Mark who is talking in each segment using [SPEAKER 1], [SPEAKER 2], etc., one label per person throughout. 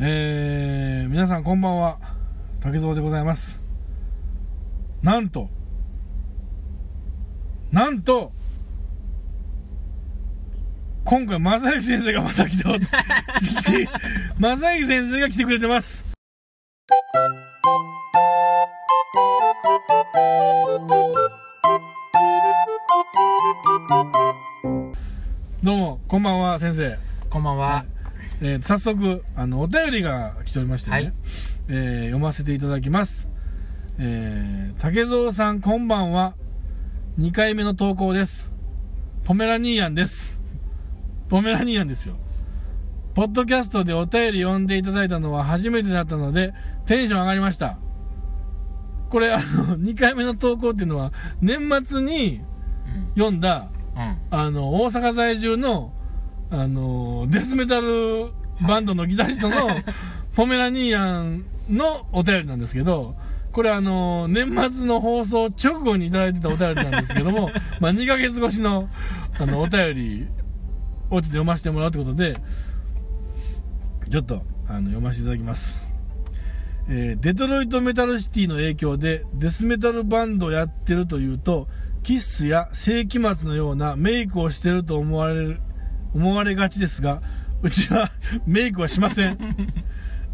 [SPEAKER 1] えー、皆さんこんばんは竹蔵でございますなんとなんと今回正行先生がまた来てお来て 正行先生が来てくれてますどうもこんばんは先生
[SPEAKER 2] こんばんは。
[SPEAKER 1] えー早速あのお便りが来ておりましてね、
[SPEAKER 2] はい
[SPEAKER 1] えー読ませていただきます、えー、竹蔵さんこんばんは2回目の投稿ですポメラニーアンですポメラニーアンですよポッドキャストでお便り読んでいただいたのは初めてだったのでテンション上がりましたこれあの2回目の投稿っていうのは年末に読んだ
[SPEAKER 2] うん。
[SPEAKER 1] あの、大阪在住の、あの、デスメタルバンドのギタリストの、ポメラニーアンのお便りなんですけど、これあの、年末の放送直後にいただいてたお便りなんですけども、まあ2ヶ月越しの、あの、お便りをちょっと読ませてもらうということで、ちょっと、あの、読ませていただきます。えーデトロイトメタルシティの影響でデスメタルバンドをやってるというとキッスや世紀末のようなメイクをしてると思われる思われがちですがうちは メイクはしません、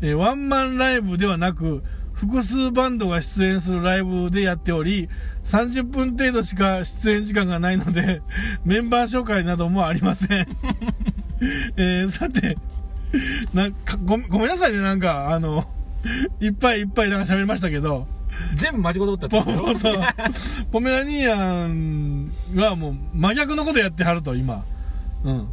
[SPEAKER 1] えーワンマンライブではなく複数バンドが出演するライブでやっており30分程度しか出演時間がないのでメンバー紹介などもありません、えーさてなんかごめんごめんなさいねなんかあのいっぱいいっぱいなんか喋りましたけど、
[SPEAKER 2] 全部間違うとったって
[SPEAKER 1] ポ
[SPEAKER 2] こと よ
[SPEAKER 1] そうポメラニアンはもう真逆のことやってはると、今。うん。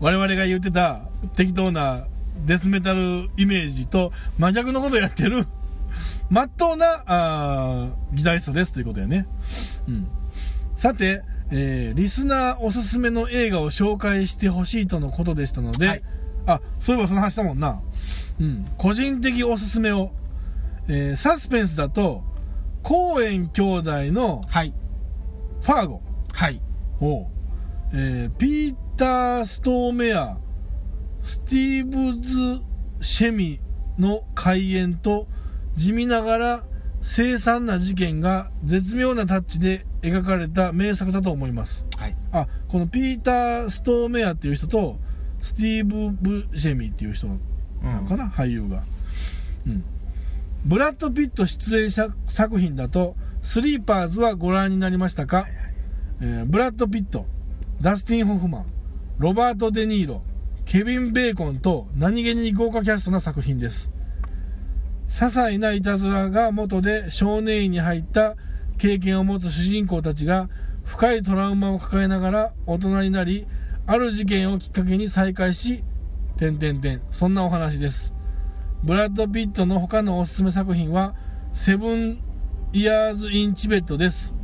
[SPEAKER 1] 我々が言ってた適当なデスメタルイメージと真逆のことやってる、 まっとうな、あーギタリストですということやね。うん。さて、えーリスナーおすすめの映画を紹介してほしいとのことでしたので、
[SPEAKER 2] はい
[SPEAKER 1] あ、そういえばその話だもんな。うん。個人的おすすめを。えーサスペンスだと、コーエン兄弟の
[SPEAKER 2] はい。
[SPEAKER 1] ファーゴ
[SPEAKER 2] はい。
[SPEAKER 1] を、えーピーター・ストーメア、スティーブズ・シェミの開演と、地味ながら凄惨な事件が絶妙なタッチで描かれた名作だと思います。
[SPEAKER 2] はい。
[SPEAKER 1] あ、このピーター・ストーメアっていう人と、スティーブ・ブ・シェミっていう人なのかな、俳優が、うん、ブラッド・ピット出演者作品だと「スリーパーズ」はご覧になりましたか、えーブラッド・ピットダスティン・ホフマンロバート・デ・ニーロケビン・ベーコンと何気に豪華キャストな作品です些細ないたずらが元で少年院に入った経験を持つ主人公たちが深いトラウマを抱えながら大人になりある事件をきっかけに再会し点点点そんなお話ですブラッド・ピットの他のおすすめ作品は「セブン・イヤーズ・イン・チベット」です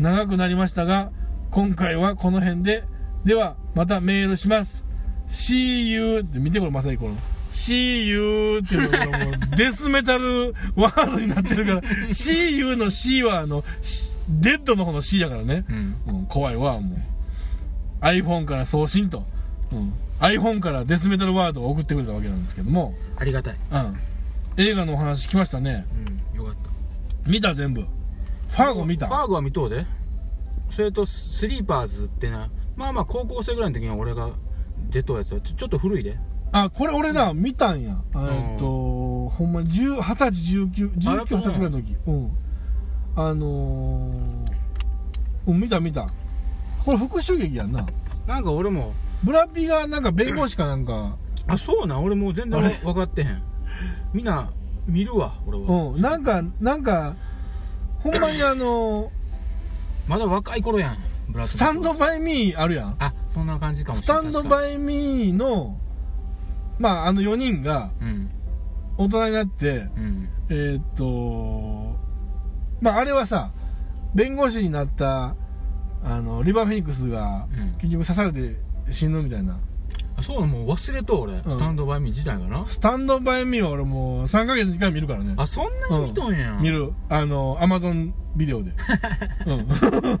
[SPEAKER 1] 長くなりましたが今回はこの辺でではまたメールします See you って見てこれまさにこの See you っていうのがもうデスメタルワードになってるから See you の C はあのしデッドの方の C だからね、
[SPEAKER 2] うん。
[SPEAKER 1] うん、怖いわもう iPhone から送信と、うん、iPhone からデスメタルワードを送ってくれたわけなんですけども、
[SPEAKER 2] ありがたい。
[SPEAKER 1] うん、映画のお話来ましたね
[SPEAKER 2] うん。よかった。
[SPEAKER 1] 見た全部ファーゴ見
[SPEAKER 2] ファ
[SPEAKER 1] た
[SPEAKER 2] ーゴは見とうで。それと、スリーパーズってな、まあまあ高校生ぐらいの時に俺が出とうやつは、ちょちょっと古いで。
[SPEAKER 1] あこれ俺な見たんやえーっとほんまに10 20歳
[SPEAKER 2] あやっぱ
[SPEAKER 1] 191920歳ぐらいの時うんあのー、うん見た見たこれ復讐劇やんな
[SPEAKER 2] なんか俺も、
[SPEAKER 1] ブラピがなんか弁護士かなんか
[SPEAKER 2] あ、そうなん、俺もう全然
[SPEAKER 1] あ
[SPEAKER 2] わ
[SPEAKER 1] れ
[SPEAKER 2] 分かってへん。みんな、見るわ、俺は。
[SPEAKER 1] うんなんかなんかほんまにあのー
[SPEAKER 2] まだ若い頃やん、ブラッド
[SPEAKER 1] スタンドバイミーあるやん。
[SPEAKER 2] あ、そんな感じかも
[SPEAKER 1] ス
[SPEAKER 2] しれな
[SPEAKER 1] タ
[SPEAKER 2] い。
[SPEAKER 1] ンド
[SPEAKER 2] イ。
[SPEAKER 1] バイミーの、まあ、あの4人が
[SPEAKER 2] うん。
[SPEAKER 1] 大人になって、
[SPEAKER 2] うん。
[SPEAKER 1] えーっと、まあ、あれはさ、弁護士になった、あの、リバーフェニックスが
[SPEAKER 2] うん、
[SPEAKER 1] 結局刺されて死ぬみたいな。
[SPEAKER 2] あそうなん、もう忘れとう俺。スタンドバイミー時代かな。
[SPEAKER 1] スタンドバイミーは俺もう3ヶ月に1回見るからね。
[SPEAKER 2] あ、そんなに見とんやん。
[SPEAKER 1] 見る。あの、アマゾンビデ オで。うん。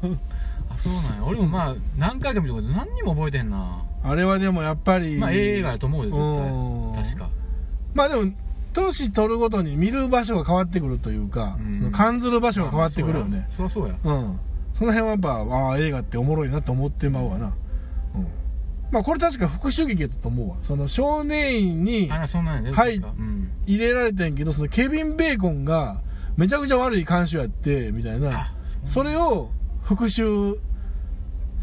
[SPEAKER 2] あそうなんや俺もまあ何回か見たこと何にも覚えてんな、
[SPEAKER 1] あれはでもやっぱり、
[SPEAKER 2] まあええ映画やと思うで
[SPEAKER 1] うん
[SPEAKER 2] 絶対確か
[SPEAKER 1] まあでも年取るごとに見る場所が変わってくるというか、
[SPEAKER 2] うん
[SPEAKER 1] その感ずる場所が変わってくるよね
[SPEAKER 2] そりゃそうや
[SPEAKER 1] うんその辺はやっぱああ映画っておもろいなと思ってまうわなうんまあこれ確か復讐劇やったと思うわその少年院に
[SPEAKER 2] あらそんなんやで
[SPEAKER 1] はい
[SPEAKER 2] うん
[SPEAKER 1] 入れられてんけどそのケビン・ベーコンがめちゃくちゃ悪い監修やってみたいな
[SPEAKER 2] あ
[SPEAKER 1] それを復讐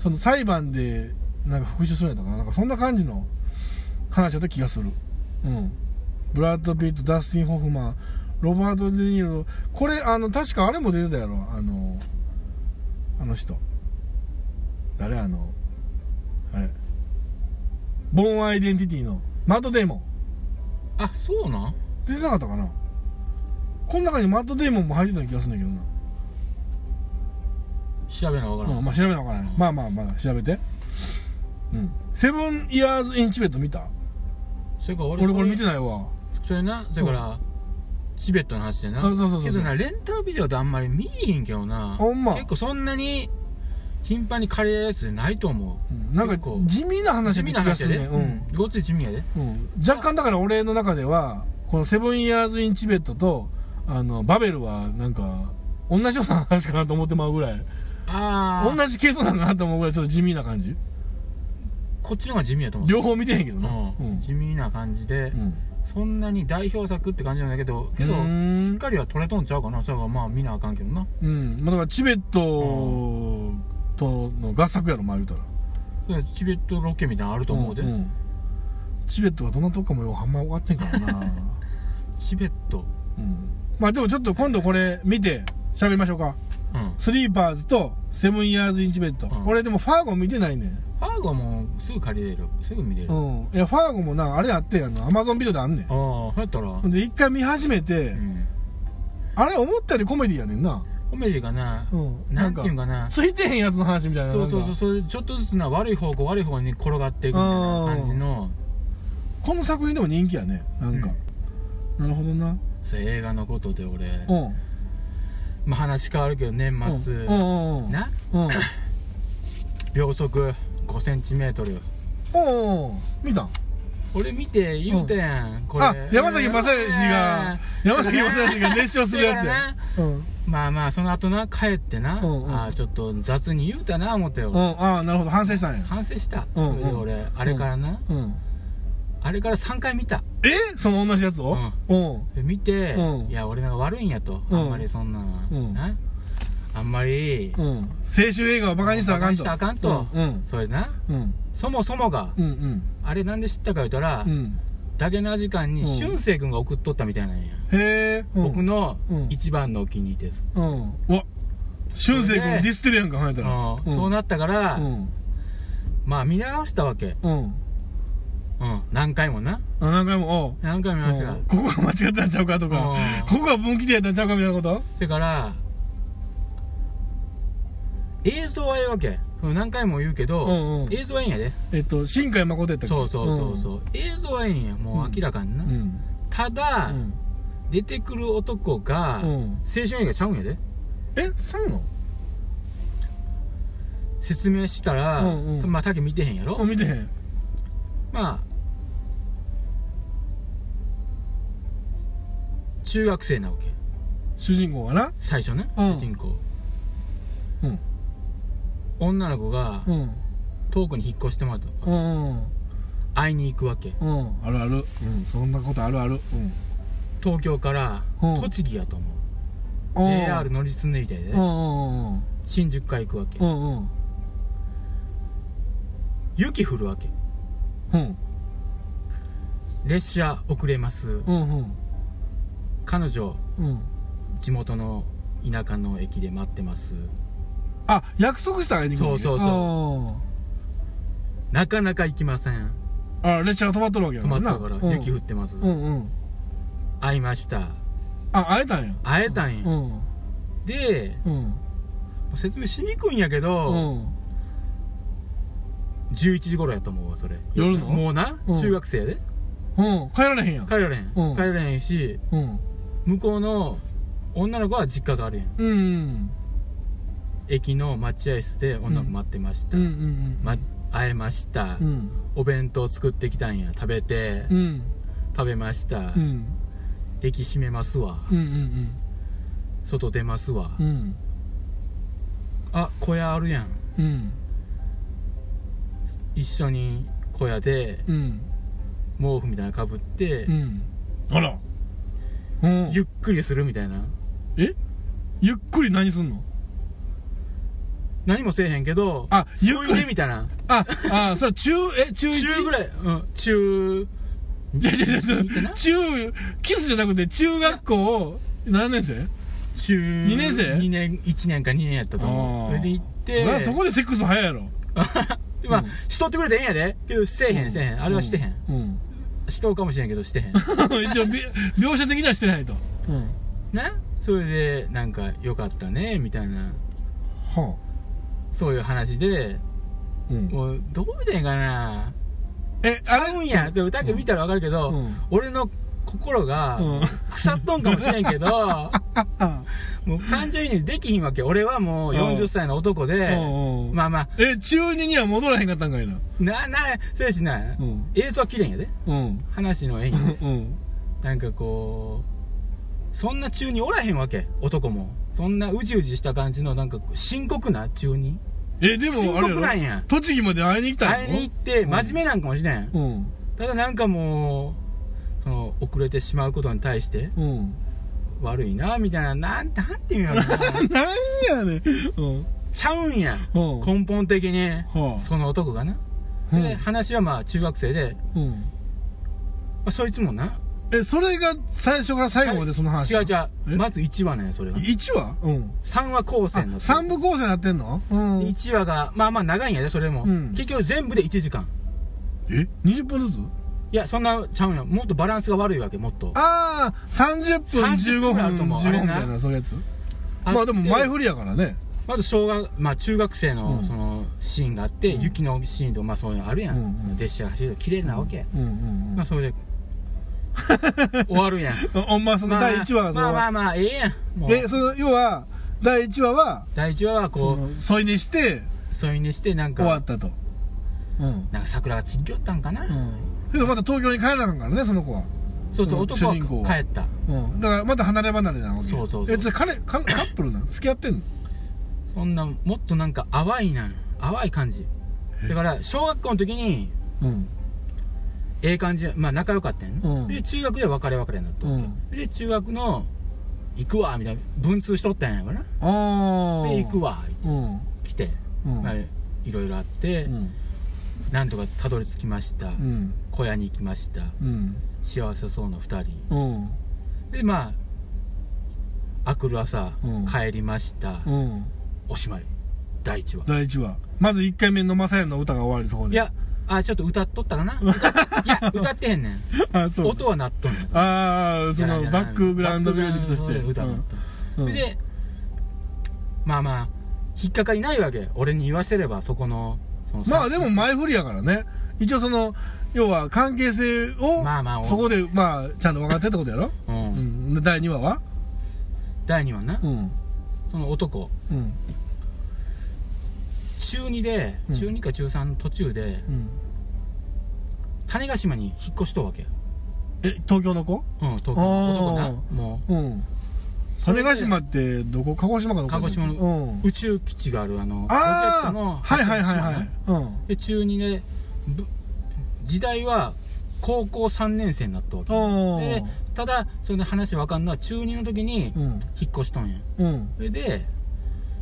[SPEAKER 1] その裁判でなんか復讐するんやったかななんかそんな感じの話だった気がするうんブラッド・ピットダスティン・ホフマンロバート・デ・ニーロこれあの確かあれも出てたやろあのあの人誰あのあれボーン・アイデンティティのマット・デーモン
[SPEAKER 2] あそうなん
[SPEAKER 1] 出てなかったかなこの中にマット・デイモンも入ってたような気がするんだけど
[SPEAKER 2] 調べなわから
[SPEAKER 1] な、
[SPEAKER 2] ん
[SPEAKER 1] うん、まあ調べなあからないまあまあまだ調べてうんセブン・イヤーズ・イン・チベット見た
[SPEAKER 2] それから俺
[SPEAKER 1] 俺これ見て
[SPEAKER 2] い
[SPEAKER 1] ないわ
[SPEAKER 2] それなそれからチベットの話でな
[SPEAKER 1] あそうそうそうそう
[SPEAKER 2] けどなレンタルビデオってあんまり見えへんけどな
[SPEAKER 1] ほんま
[SPEAKER 2] 結構そんなに頻繁に借りれるやつじゃないと思
[SPEAKER 1] う
[SPEAKER 2] うん
[SPEAKER 1] なんか
[SPEAKER 2] 結構
[SPEAKER 1] 地味な話
[SPEAKER 2] 地
[SPEAKER 1] って気
[SPEAKER 2] 味な
[SPEAKER 1] が
[SPEAKER 2] 話
[SPEAKER 1] す
[SPEAKER 2] や
[SPEAKER 1] る
[SPEAKER 2] で
[SPEAKER 1] ねうん、
[SPEAKER 2] ごっつい地味やで
[SPEAKER 1] うん、若干だから俺の中ではこのセブン・イヤーズ・イン・チベットとあのバベルはなんか同じような話かなと思ってまうぐらい
[SPEAKER 2] ああ
[SPEAKER 1] 同じ系統なんかなと思うぐらいちょっと地味な感じ
[SPEAKER 2] こっちの方が地味やと思う
[SPEAKER 1] 両方見てへんけどな
[SPEAKER 2] う
[SPEAKER 1] うんん
[SPEAKER 2] 地味な感じで
[SPEAKER 1] うん
[SPEAKER 2] そんなに代表作って感じなんだけどけど
[SPEAKER 1] うーん
[SPEAKER 2] しっかりは取れとんちゃうかなそれはまあ見なあかんけどな
[SPEAKER 1] うん、まあ、だからチベットとの合作やろ前言うたら
[SPEAKER 2] それはチベットロケみたいなのあると思うで、
[SPEAKER 1] んんチベットがどんなとこかもようあんま分かってんから な、
[SPEAKER 2] チベット
[SPEAKER 1] うん、まあでもちょっと今度これ見て喋りましょうか
[SPEAKER 2] うん
[SPEAKER 1] スリーパーズとセブンイヤーズインチベット、
[SPEAKER 2] うん
[SPEAKER 1] 俺でもファーゴ見てないねん
[SPEAKER 2] ファーゴはもうすぐ借りれるすぐ見れる、
[SPEAKER 1] う
[SPEAKER 2] あ
[SPEAKER 1] んいやファーゴもなあれあってやんのアマゾンビデオであんねん
[SPEAKER 2] あそうやったら、
[SPEAKER 1] ほんで一回見始めて、
[SPEAKER 2] うん、
[SPEAKER 1] あれ思ったよりコメディやねんな
[SPEAKER 2] コメディがな、
[SPEAKER 1] うん
[SPEAKER 2] なんていうんかな
[SPEAKER 1] ついてへんやつの話みたいな
[SPEAKER 2] そうそう
[SPEAKER 1] なん
[SPEAKER 2] そう
[SPEAKER 1] か
[SPEAKER 2] そうちょっとずつな悪い方向悪い方向に転がっていくみたいな感じの
[SPEAKER 1] この作品でも人気やねなんか、なるほどな
[SPEAKER 2] そう映画のことで俺、
[SPEAKER 1] うん
[SPEAKER 2] まあ、話変わるけど年末、
[SPEAKER 1] うんうんうんうん
[SPEAKER 2] な
[SPEAKER 1] うん
[SPEAKER 2] 秒速5センチメートル
[SPEAKER 1] おうおう見た
[SPEAKER 2] 俺見て言うてん、これ
[SPEAKER 1] あ山崎正義が山崎正義が熱唱する やつや
[SPEAKER 2] ね
[SPEAKER 1] うん
[SPEAKER 2] まあまあその後な帰ってな、
[SPEAKER 1] うんうん
[SPEAKER 2] ああちょっと雑に言うたな思ってよ、
[SPEAKER 1] うんああなるほど反省したんや
[SPEAKER 2] 反省した、
[SPEAKER 1] うんうん
[SPEAKER 2] それで俺あれからな、
[SPEAKER 1] うん
[SPEAKER 2] あれから3回見た
[SPEAKER 1] えその同じやつをうん
[SPEAKER 2] で見て、
[SPEAKER 1] うん
[SPEAKER 2] いや俺なんか悪いんやと、
[SPEAKER 1] うん
[SPEAKER 2] あんまりそんなんは、
[SPEAKER 1] うん
[SPEAKER 2] なあんまり、
[SPEAKER 1] うん青春映画をバカにしたらあかんと
[SPEAKER 2] バカにしたらあかんと
[SPEAKER 1] うん
[SPEAKER 2] それでな
[SPEAKER 1] うん
[SPEAKER 2] そもそもが、
[SPEAKER 1] うんうん
[SPEAKER 2] あれなんで知ったか言うたら、
[SPEAKER 1] うん
[SPEAKER 2] ダゲな時間に
[SPEAKER 1] うん
[SPEAKER 2] 俊く君が送っとったみたいなんや、
[SPEAKER 1] へえうん
[SPEAKER 2] 僕の
[SPEAKER 1] うん
[SPEAKER 2] 一番のお気に入りです、
[SPEAKER 1] うんうわ俊生君ディスってるやんかはやたら
[SPEAKER 2] うんそう
[SPEAKER 1] な
[SPEAKER 2] なったから、
[SPEAKER 1] うん
[SPEAKER 2] まあ見直したわけ、
[SPEAKER 1] うん
[SPEAKER 2] うん、何回もな
[SPEAKER 1] あ何回もおう
[SPEAKER 2] 何回も見ました
[SPEAKER 1] うんここが間違ったんちゃうかとか
[SPEAKER 2] うん
[SPEAKER 1] ここが分岐点やったんちゃうかみたいなこと
[SPEAKER 2] それから映像はええわけその何回も言うけど、
[SPEAKER 1] うんうん
[SPEAKER 2] 映像はええんやで
[SPEAKER 1] えっと新海誠やったっけ
[SPEAKER 2] そうそうそうそう、映像はええんやもう明らかにな、
[SPEAKER 1] うんうん
[SPEAKER 2] ただ、
[SPEAKER 1] うん
[SPEAKER 2] 出てくる男が、
[SPEAKER 1] うん
[SPEAKER 2] 青春映画ちゃうんやで
[SPEAKER 1] えそうなの
[SPEAKER 2] 説明したら、
[SPEAKER 1] うんうん
[SPEAKER 2] まあタケ見てへんやろ、
[SPEAKER 1] あ見てへん
[SPEAKER 2] まあ中学生なわけ
[SPEAKER 1] 主人公がな
[SPEAKER 2] 最初ね、
[SPEAKER 1] うん
[SPEAKER 2] 主人公
[SPEAKER 1] うん
[SPEAKER 2] 女の子が
[SPEAKER 1] うん
[SPEAKER 2] 遠くに引っ越してもらったとか
[SPEAKER 1] うんうん
[SPEAKER 2] 会いに行くわけ
[SPEAKER 1] うんあるあるうんそんなことあるある
[SPEAKER 2] 東京から
[SPEAKER 1] うん
[SPEAKER 2] 栃木やと思
[SPEAKER 1] う
[SPEAKER 2] う、
[SPEAKER 1] ん
[SPEAKER 2] JR 乗り継いで、
[SPEAKER 1] うんうんうん
[SPEAKER 2] 新宿から行くわけ、
[SPEAKER 1] うんうん
[SPEAKER 2] 雪降るわけ
[SPEAKER 1] うん
[SPEAKER 2] 列車遅れます、
[SPEAKER 1] うんうん
[SPEAKER 2] 彼女
[SPEAKER 1] うん
[SPEAKER 2] 地元の田舎の駅で待ってます
[SPEAKER 1] あ約束したらええ
[SPEAKER 2] そうそうそう
[SPEAKER 1] そ
[SPEAKER 2] なかなか行きません
[SPEAKER 1] うんあ列車が止まっとるわけや
[SPEAKER 2] 止まったから
[SPEAKER 1] うん
[SPEAKER 2] 雪降ってます、
[SPEAKER 1] うんうん
[SPEAKER 2] 会いました
[SPEAKER 1] あ会えたんや
[SPEAKER 2] 会えたんや、
[SPEAKER 1] うん
[SPEAKER 2] で
[SPEAKER 1] うん
[SPEAKER 2] 説明しにくいんやけど、
[SPEAKER 1] うん
[SPEAKER 2] 11時頃やと思うわそれ
[SPEAKER 1] 夜の
[SPEAKER 2] もうな、
[SPEAKER 1] うん
[SPEAKER 2] 中学生やで
[SPEAKER 1] うん帰られへんやん
[SPEAKER 2] 帰られへん、
[SPEAKER 1] うん
[SPEAKER 2] 帰られへんし
[SPEAKER 1] うん
[SPEAKER 2] 向こうの女の子は実家があるやん
[SPEAKER 1] うん
[SPEAKER 2] 駅の待合室で女の子待ってまし
[SPEAKER 1] う
[SPEAKER 2] た、
[SPEAKER 1] んうん
[SPEAKER 2] ま、会えました、
[SPEAKER 1] うん
[SPEAKER 2] お弁当作ってきたんや食べて、
[SPEAKER 1] うん
[SPEAKER 2] 食べました、
[SPEAKER 1] うん
[SPEAKER 2] 駅閉めますわ
[SPEAKER 1] うんうん
[SPEAKER 2] 外出ますわ、
[SPEAKER 1] うんうん
[SPEAKER 2] あ小屋あるやん
[SPEAKER 1] うん
[SPEAKER 2] 一緒に小屋で
[SPEAKER 1] うん
[SPEAKER 2] 毛布みたいなのかぶって、
[SPEAKER 1] うんあらうん
[SPEAKER 2] ゆっくりするみたいな
[SPEAKER 1] えゆっくり何すんの
[SPEAKER 2] 何もせえへんけど
[SPEAKER 1] あ
[SPEAKER 2] ゆっ
[SPEAKER 1] ゆっ
[SPEAKER 2] く
[SPEAKER 1] くり
[SPEAKER 2] りみたいな
[SPEAKER 1] ああそう中え中一
[SPEAKER 2] 中ぐ
[SPEAKER 1] い
[SPEAKER 2] らい、うん、中
[SPEAKER 1] じゃじゃじゃ
[SPEAKER 2] てな
[SPEAKER 1] 中キスじゃなくて中学校を何年生
[SPEAKER 2] 中
[SPEAKER 1] 二年生
[SPEAKER 2] 2年1年か2年やったと思うそれで行って
[SPEAKER 1] そりゃそこでセックス早いやろ
[SPEAKER 2] まあ、
[SPEAKER 1] うん
[SPEAKER 2] しとってくれてええんやでけどせえへん、せえへんあれはしてへん、
[SPEAKER 1] うん
[SPEAKER 2] しとうかもしれんけどして へん
[SPEAKER 1] 一応び描写的にはしてないとうん
[SPEAKER 2] なそれでなんかよかったねみたいな
[SPEAKER 1] は
[SPEAKER 2] そういう話で
[SPEAKER 1] あうん
[SPEAKER 2] もうどうでんかな
[SPEAKER 1] え
[SPEAKER 2] ち
[SPEAKER 1] あ
[SPEAKER 2] ゃ
[SPEAKER 1] れ
[SPEAKER 2] うんやそう歌見たらわかるけど、
[SPEAKER 1] うん
[SPEAKER 2] 俺の心が
[SPEAKER 1] うん
[SPEAKER 2] 腐っとんかもしれんけど、
[SPEAKER 1] ああ
[SPEAKER 2] もう感情移入できひんわけ俺はもう
[SPEAKER 1] う
[SPEAKER 2] 40
[SPEAKER 1] ん
[SPEAKER 2] 歳の男で、
[SPEAKER 1] うんうん
[SPEAKER 2] まあまあ
[SPEAKER 1] え中二には戻らへんかったんかいな
[SPEAKER 2] ななそうやしな、
[SPEAKER 1] うん
[SPEAKER 2] 映像は綺麗やで
[SPEAKER 1] うん
[SPEAKER 2] 話の演
[SPEAKER 1] う
[SPEAKER 2] 技
[SPEAKER 1] ん
[SPEAKER 2] なんかこうそんな中におらへんわけ男もそんなうじうじした感じのなんか深刻な中に
[SPEAKER 1] えで
[SPEAKER 2] 深
[SPEAKER 1] もあれ
[SPEAKER 2] 刻なん
[SPEAKER 1] やろ
[SPEAKER 2] や
[SPEAKER 1] 栃木まで会いに来たんや
[SPEAKER 2] 会
[SPEAKER 1] ろ
[SPEAKER 2] いに行って真面目なんかもしれん、
[SPEAKER 1] うん
[SPEAKER 2] ただなんかもうその遅れてしまうことに対して
[SPEAKER 1] うん
[SPEAKER 2] 悪いなみたいななんてなんていうんやろな
[SPEAKER 1] なんやねんうん
[SPEAKER 2] ちゃうんや
[SPEAKER 1] うん
[SPEAKER 2] 根本的に
[SPEAKER 1] はあ
[SPEAKER 2] その男がな
[SPEAKER 1] うん
[SPEAKER 2] で話はまあ中学生で、ま
[SPEAKER 1] うん
[SPEAKER 2] あ、そいつもな
[SPEAKER 1] えそれが最初から最後までその話
[SPEAKER 2] 違う違
[SPEAKER 1] え
[SPEAKER 2] うまず1話なんやそれが
[SPEAKER 1] 1話うん
[SPEAKER 2] 3話構成
[SPEAKER 1] あ
[SPEAKER 2] になってる
[SPEAKER 1] 三部構成になってんのうんえ
[SPEAKER 2] 1話がまあまあ長いんやでそれも、
[SPEAKER 1] うん
[SPEAKER 2] 結局全部で1時間
[SPEAKER 1] 20分ずつ
[SPEAKER 2] いやそんなちゃうんやもっとバランスが悪いわけもっと
[SPEAKER 1] ああ30分15
[SPEAKER 2] 30
[SPEAKER 1] 分
[SPEAKER 2] 分あると思う
[SPEAKER 1] 15分み
[SPEAKER 2] あ
[SPEAKER 1] た
[SPEAKER 2] れ
[SPEAKER 1] い
[SPEAKER 2] な
[SPEAKER 1] なそういうやつ
[SPEAKER 2] あ
[SPEAKER 1] まあでも
[SPEAKER 2] って
[SPEAKER 1] 前振りやからね
[SPEAKER 2] まず小学まあ中学生の
[SPEAKER 1] うん
[SPEAKER 2] そのシーンがあって、
[SPEAKER 1] うん
[SPEAKER 2] 雪のシーンとかまあそういうのあるやん、
[SPEAKER 1] うんうん
[SPEAKER 2] その列車が走る綺麗なわけ、
[SPEAKER 1] うんうんう
[SPEAKER 2] まあ
[SPEAKER 1] ん
[SPEAKER 2] そ れで終わるやん
[SPEAKER 1] おんまあその
[SPEAKER 2] まあ
[SPEAKER 1] 第1話がそ
[SPEAKER 2] まあ
[SPEAKER 1] の
[SPEAKER 2] まあまあええやんもう
[SPEAKER 1] えその要は第1話は
[SPEAKER 2] 第1話はこ
[SPEAKER 1] そうの添い寝して
[SPEAKER 2] 添い寝してなん
[SPEAKER 1] 終わ
[SPEAKER 2] か
[SPEAKER 1] ったとうん
[SPEAKER 2] なんか桜が散り寄ったんか
[SPEAKER 1] う
[SPEAKER 2] な、
[SPEAKER 1] んけどまた東京に帰らなあかんからねその子は
[SPEAKER 2] そうそ
[SPEAKER 1] う
[SPEAKER 2] う
[SPEAKER 1] ん
[SPEAKER 2] 男
[SPEAKER 1] 主人公
[SPEAKER 2] は
[SPEAKER 1] は
[SPEAKER 2] 帰った
[SPEAKER 1] うんだからまた離れ離れなわけ
[SPEAKER 2] そうそうそう
[SPEAKER 1] えそれ彼カカップルなん付き合ってんの
[SPEAKER 2] そんなもっとなんか淡いな淡い感じだから小学校の時に
[SPEAKER 1] うん
[SPEAKER 2] ええ感じまあ仲良かったんやね、
[SPEAKER 1] うん
[SPEAKER 2] で中学で別れ別れになった、
[SPEAKER 1] うん
[SPEAKER 2] で中学の行くわみたいな文通しとったんやからな
[SPEAKER 1] ああ
[SPEAKER 2] で行くわ
[SPEAKER 1] うん
[SPEAKER 2] 来て、
[SPEAKER 1] うん
[SPEAKER 2] まあ、いろいろあって、
[SPEAKER 1] うん
[SPEAKER 2] なんとかたどり着きました、
[SPEAKER 1] うん
[SPEAKER 2] 小屋に行きました
[SPEAKER 1] うん
[SPEAKER 2] 幸せそうな2人
[SPEAKER 1] うん
[SPEAKER 2] でまああくる朝、
[SPEAKER 1] うん
[SPEAKER 2] 帰りました、
[SPEAKER 1] うん
[SPEAKER 2] おしまい第1話
[SPEAKER 1] 第1話まず1回目のマサヤの歌が終わりそこで
[SPEAKER 2] いやあちょっと歌っとっ たかな歌っいや歌ってへんねん
[SPEAKER 1] あそう
[SPEAKER 2] 音は鳴っとんねん
[SPEAKER 1] ああそのバックグラウンドミュージックとして
[SPEAKER 2] 歌
[SPEAKER 1] うんう
[SPEAKER 2] そ
[SPEAKER 1] ん
[SPEAKER 2] れでまあまあ引っかかりないわけ俺に言わせればそこのその
[SPEAKER 1] まあ
[SPEAKER 2] さ
[SPEAKER 1] でも前振りやからね一応その要は関係性を
[SPEAKER 2] まあまあ
[SPEAKER 1] そこでまあちゃんと分かってってことやろ
[SPEAKER 2] うん
[SPEAKER 1] うんで第2話は
[SPEAKER 2] 第2話な、
[SPEAKER 1] うん
[SPEAKER 2] その男
[SPEAKER 1] うん
[SPEAKER 2] 中2で、
[SPEAKER 1] うん
[SPEAKER 2] 中2か中3の途中で
[SPEAKER 1] うん
[SPEAKER 2] 種子島に引っ越しとうわけ
[SPEAKER 1] え東京の子
[SPEAKER 2] うん東京
[SPEAKER 1] あー
[SPEAKER 2] 男なも
[SPEAKER 1] うん
[SPEAKER 2] それ
[SPEAKER 1] 種子
[SPEAKER 2] で
[SPEAKER 1] 島ってどこ鹿児島かどこやったっけ
[SPEAKER 2] 鹿児島の
[SPEAKER 1] うん
[SPEAKER 2] う宇宙基地があるあの
[SPEAKER 1] ああはいはいはい
[SPEAKER 2] 島
[SPEAKER 1] は
[SPEAKER 2] ない
[SPEAKER 1] うん
[SPEAKER 2] で中2でぶ時代は高校3年生になったわけ
[SPEAKER 1] おー
[SPEAKER 2] でただそれで話わかんのは中2の時に
[SPEAKER 1] うん
[SPEAKER 2] 引っ越しとんや
[SPEAKER 1] うん
[SPEAKER 2] それで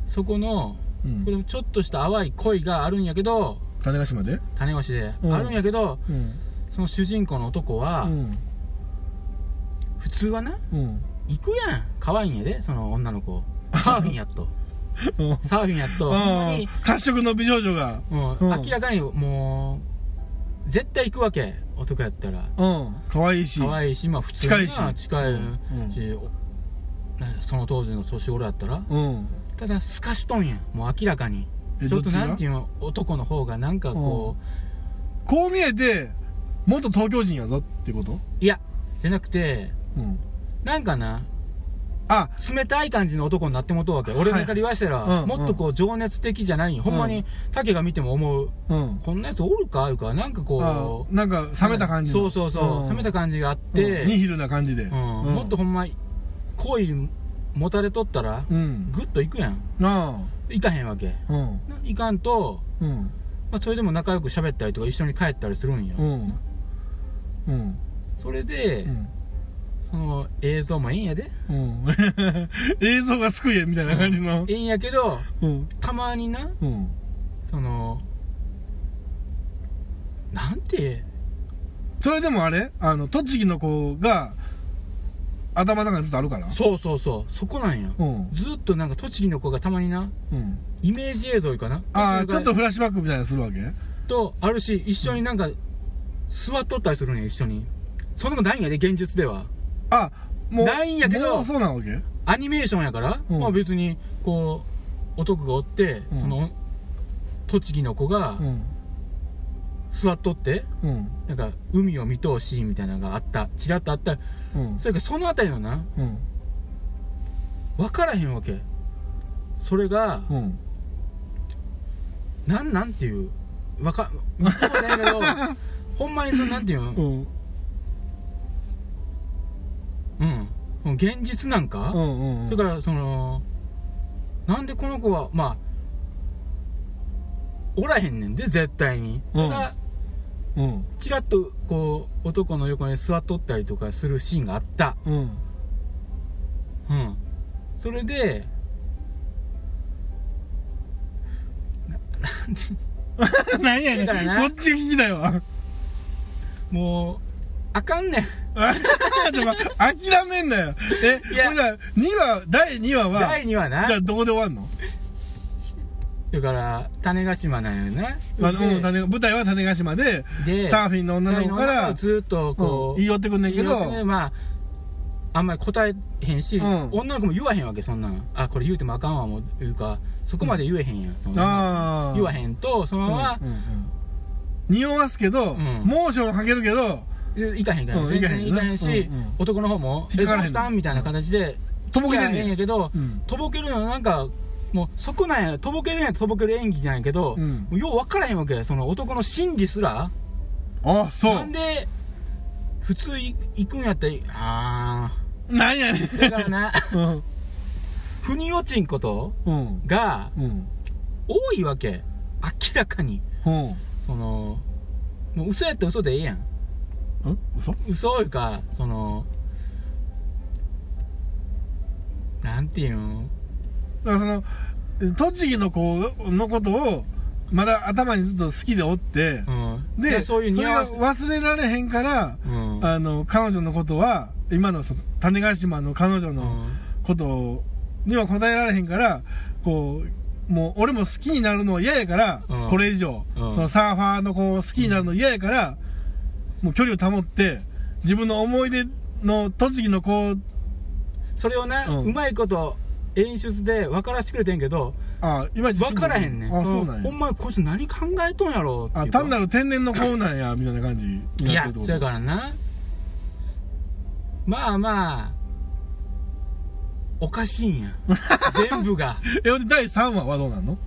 [SPEAKER 2] そこの
[SPEAKER 1] うん
[SPEAKER 2] これもちょっとした淡い恋があるんやけど
[SPEAKER 1] 種子島で
[SPEAKER 2] 種子で
[SPEAKER 1] うん
[SPEAKER 2] あるんやけど、
[SPEAKER 1] うん
[SPEAKER 2] その主人公の男は、
[SPEAKER 1] うん
[SPEAKER 2] 普通はな
[SPEAKER 1] うん
[SPEAKER 2] 行くやん可愛いんやでその女 の子サーフィンやっとサーフィンやっとほんま
[SPEAKER 1] うん
[SPEAKER 2] に、
[SPEAKER 1] 褐色の美少女が
[SPEAKER 2] もう
[SPEAKER 1] うん
[SPEAKER 2] 明らかにもう絶対行くわけ男やったら
[SPEAKER 1] うん可愛いし
[SPEAKER 2] 可愛いしまあ普通に
[SPEAKER 1] 近いし
[SPEAKER 2] 近い
[SPEAKER 1] うん
[SPEAKER 2] し、おなんかその当時の年頃やったら
[SPEAKER 1] うん
[SPEAKER 2] ただすかしとんやんもう明らかに
[SPEAKER 1] え
[SPEAKER 2] ちょっ
[SPEAKER 1] ど
[SPEAKER 2] と
[SPEAKER 1] っちが
[SPEAKER 2] なんていうの男の方がなんかこう、
[SPEAKER 1] こう見えて元東京人やぞってこと
[SPEAKER 2] いやじゃなくて
[SPEAKER 1] うん
[SPEAKER 2] なんかな
[SPEAKER 1] あ
[SPEAKER 2] 冷たい感じの男になってもとうわけ。俺
[SPEAKER 1] はい
[SPEAKER 2] なんか言わしたら、
[SPEAKER 1] うんうん
[SPEAKER 2] もっとこう情熱的じゃない。ほんま
[SPEAKER 1] う
[SPEAKER 2] に、竹が見ても思う。
[SPEAKER 1] うん
[SPEAKER 2] こんなやつおるかあるか。なんか
[SPEAKER 1] あ
[SPEAKER 2] こう。
[SPEAKER 1] なんか冷めた感じの、
[SPEAKER 2] そうそうそう。冷めた
[SPEAKER 1] 感
[SPEAKER 2] 感じがあっ
[SPEAKER 1] うんニ
[SPEAKER 2] て、
[SPEAKER 1] ヒルな感じで、
[SPEAKER 2] うんもっとほんま、好意持たれとったら、
[SPEAKER 1] うん
[SPEAKER 2] ぐっといくやん。
[SPEAKER 1] あ
[SPEAKER 2] いかへんわけ。
[SPEAKER 1] あうん
[SPEAKER 2] いかんと、
[SPEAKER 1] うん
[SPEAKER 2] まあ、それでも仲良く喋ったりとか一緒に帰ったりするんよ。
[SPEAKER 1] うんうん
[SPEAKER 2] それで、
[SPEAKER 1] うん
[SPEAKER 2] その映像もええんやで。
[SPEAKER 1] うん 映像が救いやみたいな感じの
[SPEAKER 2] ええんやけど、
[SPEAKER 1] うん
[SPEAKER 2] たまにな、
[SPEAKER 1] うん
[SPEAKER 2] その、なんて、
[SPEAKER 1] それでもあれあの栃木の子が頭の中にずっとあるから
[SPEAKER 2] そうそうそう、そこなんや。
[SPEAKER 1] うん
[SPEAKER 2] ずっとなんか栃木の子がたまにな、
[SPEAKER 1] うん
[SPEAKER 2] イメージ映像かな。
[SPEAKER 1] ああ
[SPEAKER 2] そ
[SPEAKER 1] ち
[SPEAKER 2] れ
[SPEAKER 1] ょ
[SPEAKER 2] が
[SPEAKER 1] っとフラッシュバックみたいなのするわけ
[SPEAKER 2] と、あるし、一緒になんか、座っとったりするんや、一緒に。そんなことないんやで、現実では。
[SPEAKER 1] あもう
[SPEAKER 2] ないんやけど
[SPEAKER 1] もうそうなわけ
[SPEAKER 2] アニメーションやから、
[SPEAKER 1] うん
[SPEAKER 2] まあ別に、こう、男がおって、
[SPEAKER 1] うん
[SPEAKER 2] その、栃木の子が
[SPEAKER 1] うん
[SPEAKER 2] 座っとって、
[SPEAKER 1] うん
[SPEAKER 2] なんか、海を見通し、みたいなのがあった。ちらっとあった。
[SPEAKER 1] うん
[SPEAKER 2] それからそのあたりのな、
[SPEAKER 1] うん
[SPEAKER 2] 分からへんわけそれが、
[SPEAKER 1] うん
[SPEAKER 2] なんなんていうわか分かんない けどほんまにそのなんていう
[SPEAKER 1] うんん
[SPEAKER 2] うんもう現実なんか、
[SPEAKER 1] うんうん
[SPEAKER 2] だからそのなんでこの子はまあおらへんねんで絶対に、
[SPEAKER 1] うん
[SPEAKER 2] ただ
[SPEAKER 1] うん
[SPEAKER 2] ちらっとこう男の横に座っとったりとかするシーンがあった
[SPEAKER 1] うん
[SPEAKER 2] うんそれで
[SPEAKER 1] 何やねん
[SPEAKER 2] だ
[SPEAKER 1] こ
[SPEAKER 2] からな
[SPEAKER 1] っち聞きだよ
[SPEAKER 2] もうあかんねん
[SPEAKER 1] ちょっと諦めんなよえこ
[SPEAKER 2] い
[SPEAKER 1] れ
[SPEAKER 2] や
[SPEAKER 1] じゃあ2話第2話は
[SPEAKER 2] 第2話な
[SPEAKER 1] じゃあどこで終わんの
[SPEAKER 2] だから種子島なんよね
[SPEAKER 1] あの
[SPEAKER 2] で
[SPEAKER 1] うん種が舞台は種子島で
[SPEAKER 2] で
[SPEAKER 1] サーフィンの女の子か
[SPEAKER 2] 才能
[SPEAKER 1] ら
[SPEAKER 2] がずーっと
[SPEAKER 1] う
[SPEAKER 2] こ
[SPEAKER 1] ん
[SPEAKER 2] う、
[SPEAKER 1] 言い寄ってくんねんけど
[SPEAKER 2] 言い寄ってねまああんまり答えへんし、
[SPEAKER 1] うん
[SPEAKER 2] 女の子も言わへんわけそんなんあこれ言うてもあかんわもういうかそこまで言えへんやん、そんな
[SPEAKER 1] あー
[SPEAKER 2] 言わへんとそのまま
[SPEAKER 1] うんうんうん匂わすけど、
[SPEAKER 2] ん
[SPEAKER 1] モーションかけるけど
[SPEAKER 2] いかへんから、
[SPEAKER 1] うん
[SPEAKER 2] 全然
[SPEAKER 1] い
[SPEAKER 2] い
[SPEAKER 1] か
[SPEAKER 2] か
[SPEAKER 1] へん
[SPEAKER 2] へんし、
[SPEAKER 1] うんうん
[SPEAKER 2] 男の方も「
[SPEAKER 1] 引
[SPEAKER 2] え
[SPEAKER 1] っ
[SPEAKER 2] ど
[SPEAKER 1] かか
[SPEAKER 2] う
[SPEAKER 1] らへん
[SPEAKER 2] したん?」みたいな形で
[SPEAKER 1] とぼけてん
[SPEAKER 2] 聞きゃええ
[SPEAKER 1] ね
[SPEAKER 2] ん
[SPEAKER 1] ん
[SPEAKER 2] やけど、
[SPEAKER 1] うん
[SPEAKER 2] とぼけるのなんかもうそこなんやとぼけるんやったらとぼける演技なんやけど、
[SPEAKER 1] うん
[SPEAKER 2] もうよう分からへんわけその男の心理すら
[SPEAKER 1] あそう
[SPEAKER 2] なんで普通い行くんやったらあ
[SPEAKER 1] なんやねん
[SPEAKER 2] ーだから な
[SPEAKER 1] うん
[SPEAKER 2] 腑に落ちんこと
[SPEAKER 1] うん
[SPEAKER 2] が
[SPEAKER 1] うん
[SPEAKER 2] 多いわけ明らかに
[SPEAKER 1] うん
[SPEAKER 2] そのもう嘘やったら嘘でええやん
[SPEAKER 1] うん嘘
[SPEAKER 2] 嘘いうかそのなんていうん
[SPEAKER 1] だからその栃木の子のことをまだ頭にずっと好きでおって
[SPEAKER 2] う、ん
[SPEAKER 1] で
[SPEAKER 2] そういう
[SPEAKER 1] そ
[SPEAKER 2] 似
[SPEAKER 1] れ
[SPEAKER 2] 合わ
[SPEAKER 1] が
[SPEAKER 2] せ
[SPEAKER 1] 忘れられへんから、
[SPEAKER 2] うん
[SPEAKER 1] あの彼女のことは今のその種子島の彼女
[SPEAKER 2] う
[SPEAKER 1] の
[SPEAKER 2] ん
[SPEAKER 1] ことには答えられへんからこうもう俺も好きになるのは嫌やから、
[SPEAKER 2] うん
[SPEAKER 1] これ以上、
[SPEAKER 2] うん
[SPEAKER 1] そのサーファーの子を好きになるの嫌やから、もう距離を保って自分の思い出の栃木の子
[SPEAKER 2] それをな、
[SPEAKER 1] う
[SPEAKER 2] うんまいこと演出で分からしてくれてんけど
[SPEAKER 1] あいまいち
[SPEAKER 2] 分からへんねん
[SPEAKER 1] あ
[SPEAKER 2] の
[SPEAKER 1] そうなん
[SPEAKER 2] ほ
[SPEAKER 1] や
[SPEAKER 2] んまにこいつ何考えとんやろってい
[SPEAKER 1] あ
[SPEAKER 2] うか
[SPEAKER 1] 単なる天然の子なん やみたいな感じに
[SPEAKER 2] い
[SPEAKER 1] なってる
[SPEAKER 2] や
[SPEAKER 1] ってこ
[SPEAKER 2] そ
[SPEAKER 1] と
[SPEAKER 2] やからなまあまあおかしい んや全部が
[SPEAKER 1] えほんで第3話はどうなんの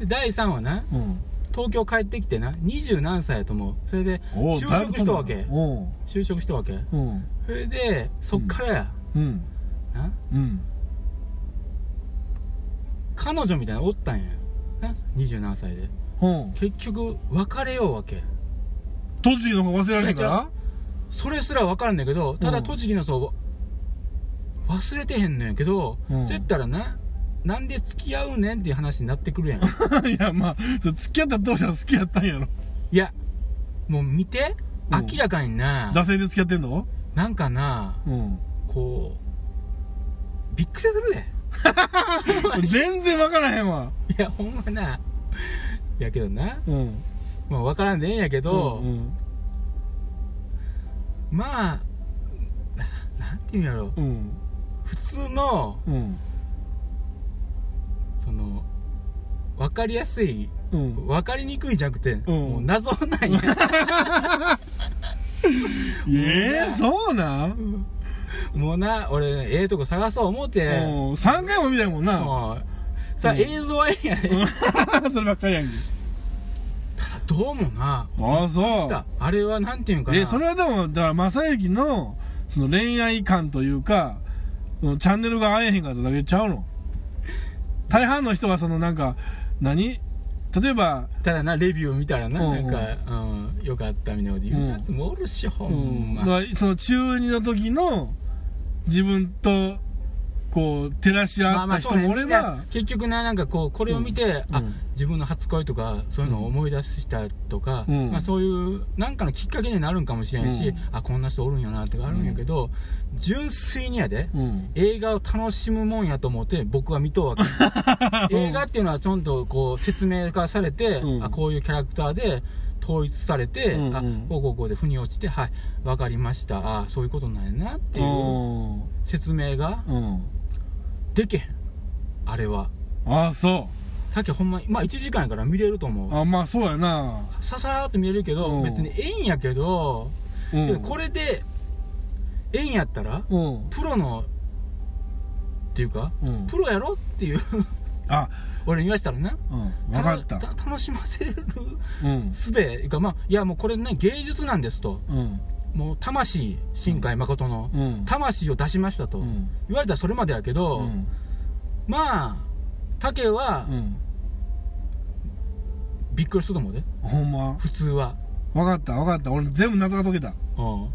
[SPEAKER 2] で第3話な
[SPEAKER 1] うん
[SPEAKER 2] 東京帰ってきてな二十何歳やと思うそれで
[SPEAKER 1] おう
[SPEAKER 2] 就
[SPEAKER 1] だいぶ
[SPEAKER 2] 職したわけ
[SPEAKER 1] おう
[SPEAKER 2] 就職したわけ
[SPEAKER 1] うん
[SPEAKER 2] それでそっからや、
[SPEAKER 1] うん
[SPEAKER 2] な
[SPEAKER 1] うん
[SPEAKER 2] 彼女みたいなのおったんやな27歳で
[SPEAKER 1] うん
[SPEAKER 2] 結局別れようわけ
[SPEAKER 1] 栃木の子忘れられへんか
[SPEAKER 2] いや
[SPEAKER 1] ら
[SPEAKER 2] それすら分からんねんけどた
[SPEAKER 1] う
[SPEAKER 2] だ
[SPEAKER 1] ん
[SPEAKER 2] 栃木の層忘れてへんねんけど、
[SPEAKER 1] うん
[SPEAKER 2] そうやったらななんで付き合うねんっていう話になってく るやん
[SPEAKER 1] いやまあそれ付き合った当初は好きやったんやろ
[SPEAKER 2] いやもう見て
[SPEAKER 1] うん
[SPEAKER 2] 明らかにな、
[SPEAKER 1] 惰性で付き合ってんの
[SPEAKER 2] なんかな
[SPEAKER 1] うん
[SPEAKER 2] こうびっくりするで
[SPEAKER 1] 全然分からへんわ
[SPEAKER 2] いやほんまなやけどな、
[SPEAKER 1] うん
[SPEAKER 2] まあ、分からんでええんやけど、
[SPEAKER 1] うん
[SPEAKER 2] まあななんていうんやろ
[SPEAKER 1] うん
[SPEAKER 2] 普通の
[SPEAKER 1] うん
[SPEAKER 2] その分かりやすい
[SPEAKER 1] うん
[SPEAKER 2] 分かりにくいじゃなくて、もう謎なんや
[SPEAKER 1] ええそうなん
[SPEAKER 2] もうな、俺ね、ええとこ探そう思って。
[SPEAKER 1] もう3回も見たいもんな
[SPEAKER 2] もうさ、
[SPEAKER 1] うん
[SPEAKER 2] 映像はいいんやね。
[SPEAKER 1] そればっかりやんけ
[SPEAKER 2] どうもな、
[SPEAKER 1] ああそ
[SPEAKER 2] した。あれはなんていうんか
[SPEAKER 1] う
[SPEAKER 2] な。
[SPEAKER 1] でそれはでもだから正行のその恋愛感というかそのチャンネルが合えへんかっただけちゃうの大半の人がそのなんか何例えば
[SPEAKER 2] ただな、レビュー見たらな、
[SPEAKER 1] う
[SPEAKER 2] なんんか、うん、よかったみたいなこと言うやつもおるし、ほん
[SPEAKER 1] だ
[SPEAKER 2] ま。
[SPEAKER 1] からその中二の時の自分とこう照らし合った人もおれば、
[SPEAKER 2] まあまあそうね結局な、なんかこう、これを見て、
[SPEAKER 1] うん
[SPEAKER 2] あ
[SPEAKER 1] うん、
[SPEAKER 2] 自分の初恋とか、そういうのを思い出したとか、
[SPEAKER 1] うん
[SPEAKER 2] まあそういう、なんかのきっかけになるんかもしれんし、
[SPEAKER 1] うん
[SPEAKER 2] あ、こんな人おるんやな、とかあるんやけど、純粋にやで、
[SPEAKER 1] うん
[SPEAKER 2] 映画を楽しむもんやと思って僕は見とうわ け映画っていうのはちゃんとこう説明化されて、
[SPEAKER 1] うん
[SPEAKER 2] あこういうキャラクターで統一されて、
[SPEAKER 1] うんうん
[SPEAKER 2] あこうこうこうで腑に落ちてはい分かりましたああそういうことなんやなっていう
[SPEAKER 1] うん
[SPEAKER 2] 説明が
[SPEAKER 1] うん
[SPEAKER 2] でけへんあれは
[SPEAKER 1] ああそ
[SPEAKER 2] さっきほんままあ1時間やから見れると
[SPEAKER 1] う
[SPEAKER 2] 思う
[SPEAKER 1] あまあそうやな、
[SPEAKER 2] ささらっと見れるけど、
[SPEAKER 1] うん
[SPEAKER 2] 別にええんやけど、
[SPEAKER 1] うん、
[SPEAKER 2] けどこれでええんやったら
[SPEAKER 1] うん
[SPEAKER 2] プロのっていうか
[SPEAKER 1] うん
[SPEAKER 2] プロやろっていう
[SPEAKER 1] あ
[SPEAKER 2] 俺に言わしたらな
[SPEAKER 1] うん分かった
[SPEAKER 2] たた楽しませる
[SPEAKER 1] うん
[SPEAKER 2] 術いうかまあいやもうこれね芸術なんですと
[SPEAKER 1] うん
[SPEAKER 2] もう魂新海誠の
[SPEAKER 1] うん
[SPEAKER 2] 魂を出しましたと、
[SPEAKER 1] うん
[SPEAKER 2] 言われたらそれまでやけど、
[SPEAKER 1] うん
[SPEAKER 2] まあ竹は
[SPEAKER 1] うん
[SPEAKER 2] びっくりすると思うで
[SPEAKER 1] ほんま
[SPEAKER 2] 普通は
[SPEAKER 1] 分かった分かった俺全部謎が解けた
[SPEAKER 2] うん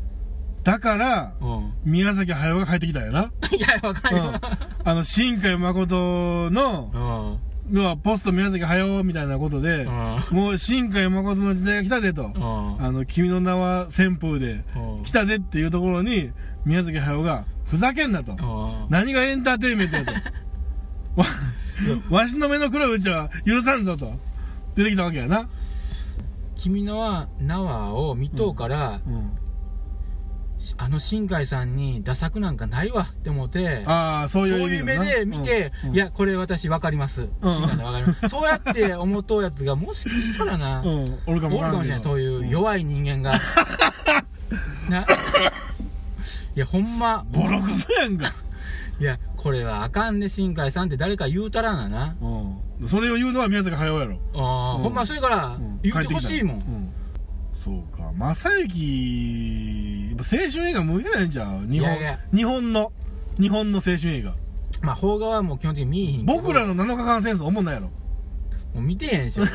[SPEAKER 1] だから
[SPEAKER 2] うん
[SPEAKER 1] 宮崎駿が帰ってきたんやな、
[SPEAKER 2] いやわかん
[SPEAKER 1] う
[SPEAKER 2] なんいよ、
[SPEAKER 1] あの新海誠の
[SPEAKER 2] うんうん
[SPEAKER 1] 要はポスト宮崎駿みたいなことで、もう新海誠の時代が来たでと、
[SPEAKER 2] うん
[SPEAKER 1] あの君の名は旋風で
[SPEAKER 2] うん
[SPEAKER 1] 来たでっていうところに宮崎駿がふざけんなと、
[SPEAKER 2] うん
[SPEAKER 1] 何がエンターテインメントやとわわしの目の黒いうちは許さんぞと出てきたわけやな
[SPEAKER 2] 君の名はを見とうから、
[SPEAKER 1] うん
[SPEAKER 2] しあの新海さんにダサくなんかないわって思って
[SPEAKER 1] ああそういう
[SPEAKER 2] そうい
[SPEAKER 1] 意味
[SPEAKER 2] う目
[SPEAKER 1] のな
[SPEAKER 2] で見て、
[SPEAKER 1] うん
[SPEAKER 2] いや、これ私分かります。新幹線わかります。そうやって思っとうやつが、もしかしたらな、
[SPEAKER 1] う
[SPEAKER 2] おる
[SPEAKER 1] ん、うん、俺
[SPEAKER 2] か
[SPEAKER 1] かも
[SPEAKER 2] もしれない、そういう弱い人間が。 な。いや、ほんま、
[SPEAKER 1] ボロクソやんか、
[SPEAKER 2] いや、これはあかんね、新海さんって誰か言うたらなな。
[SPEAKER 1] うん、それを言うのは宮崎駿やろ
[SPEAKER 2] あ
[SPEAKER 1] う
[SPEAKER 2] ー
[SPEAKER 1] ん
[SPEAKER 2] ほんま、それから
[SPEAKER 1] うん、
[SPEAKER 2] 言ってほしいも
[SPEAKER 1] 帰ってきた
[SPEAKER 2] ん。
[SPEAKER 1] うんそうか正行やっぱ青春映画向いてないんじゃん日本
[SPEAKER 2] いやいや
[SPEAKER 1] 日本の日本の青春映画
[SPEAKER 2] まあ、邦画はもう基本的に見えへんけど
[SPEAKER 1] 僕らの7日間戦争思んないやろ
[SPEAKER 2] もう見てへんし、俺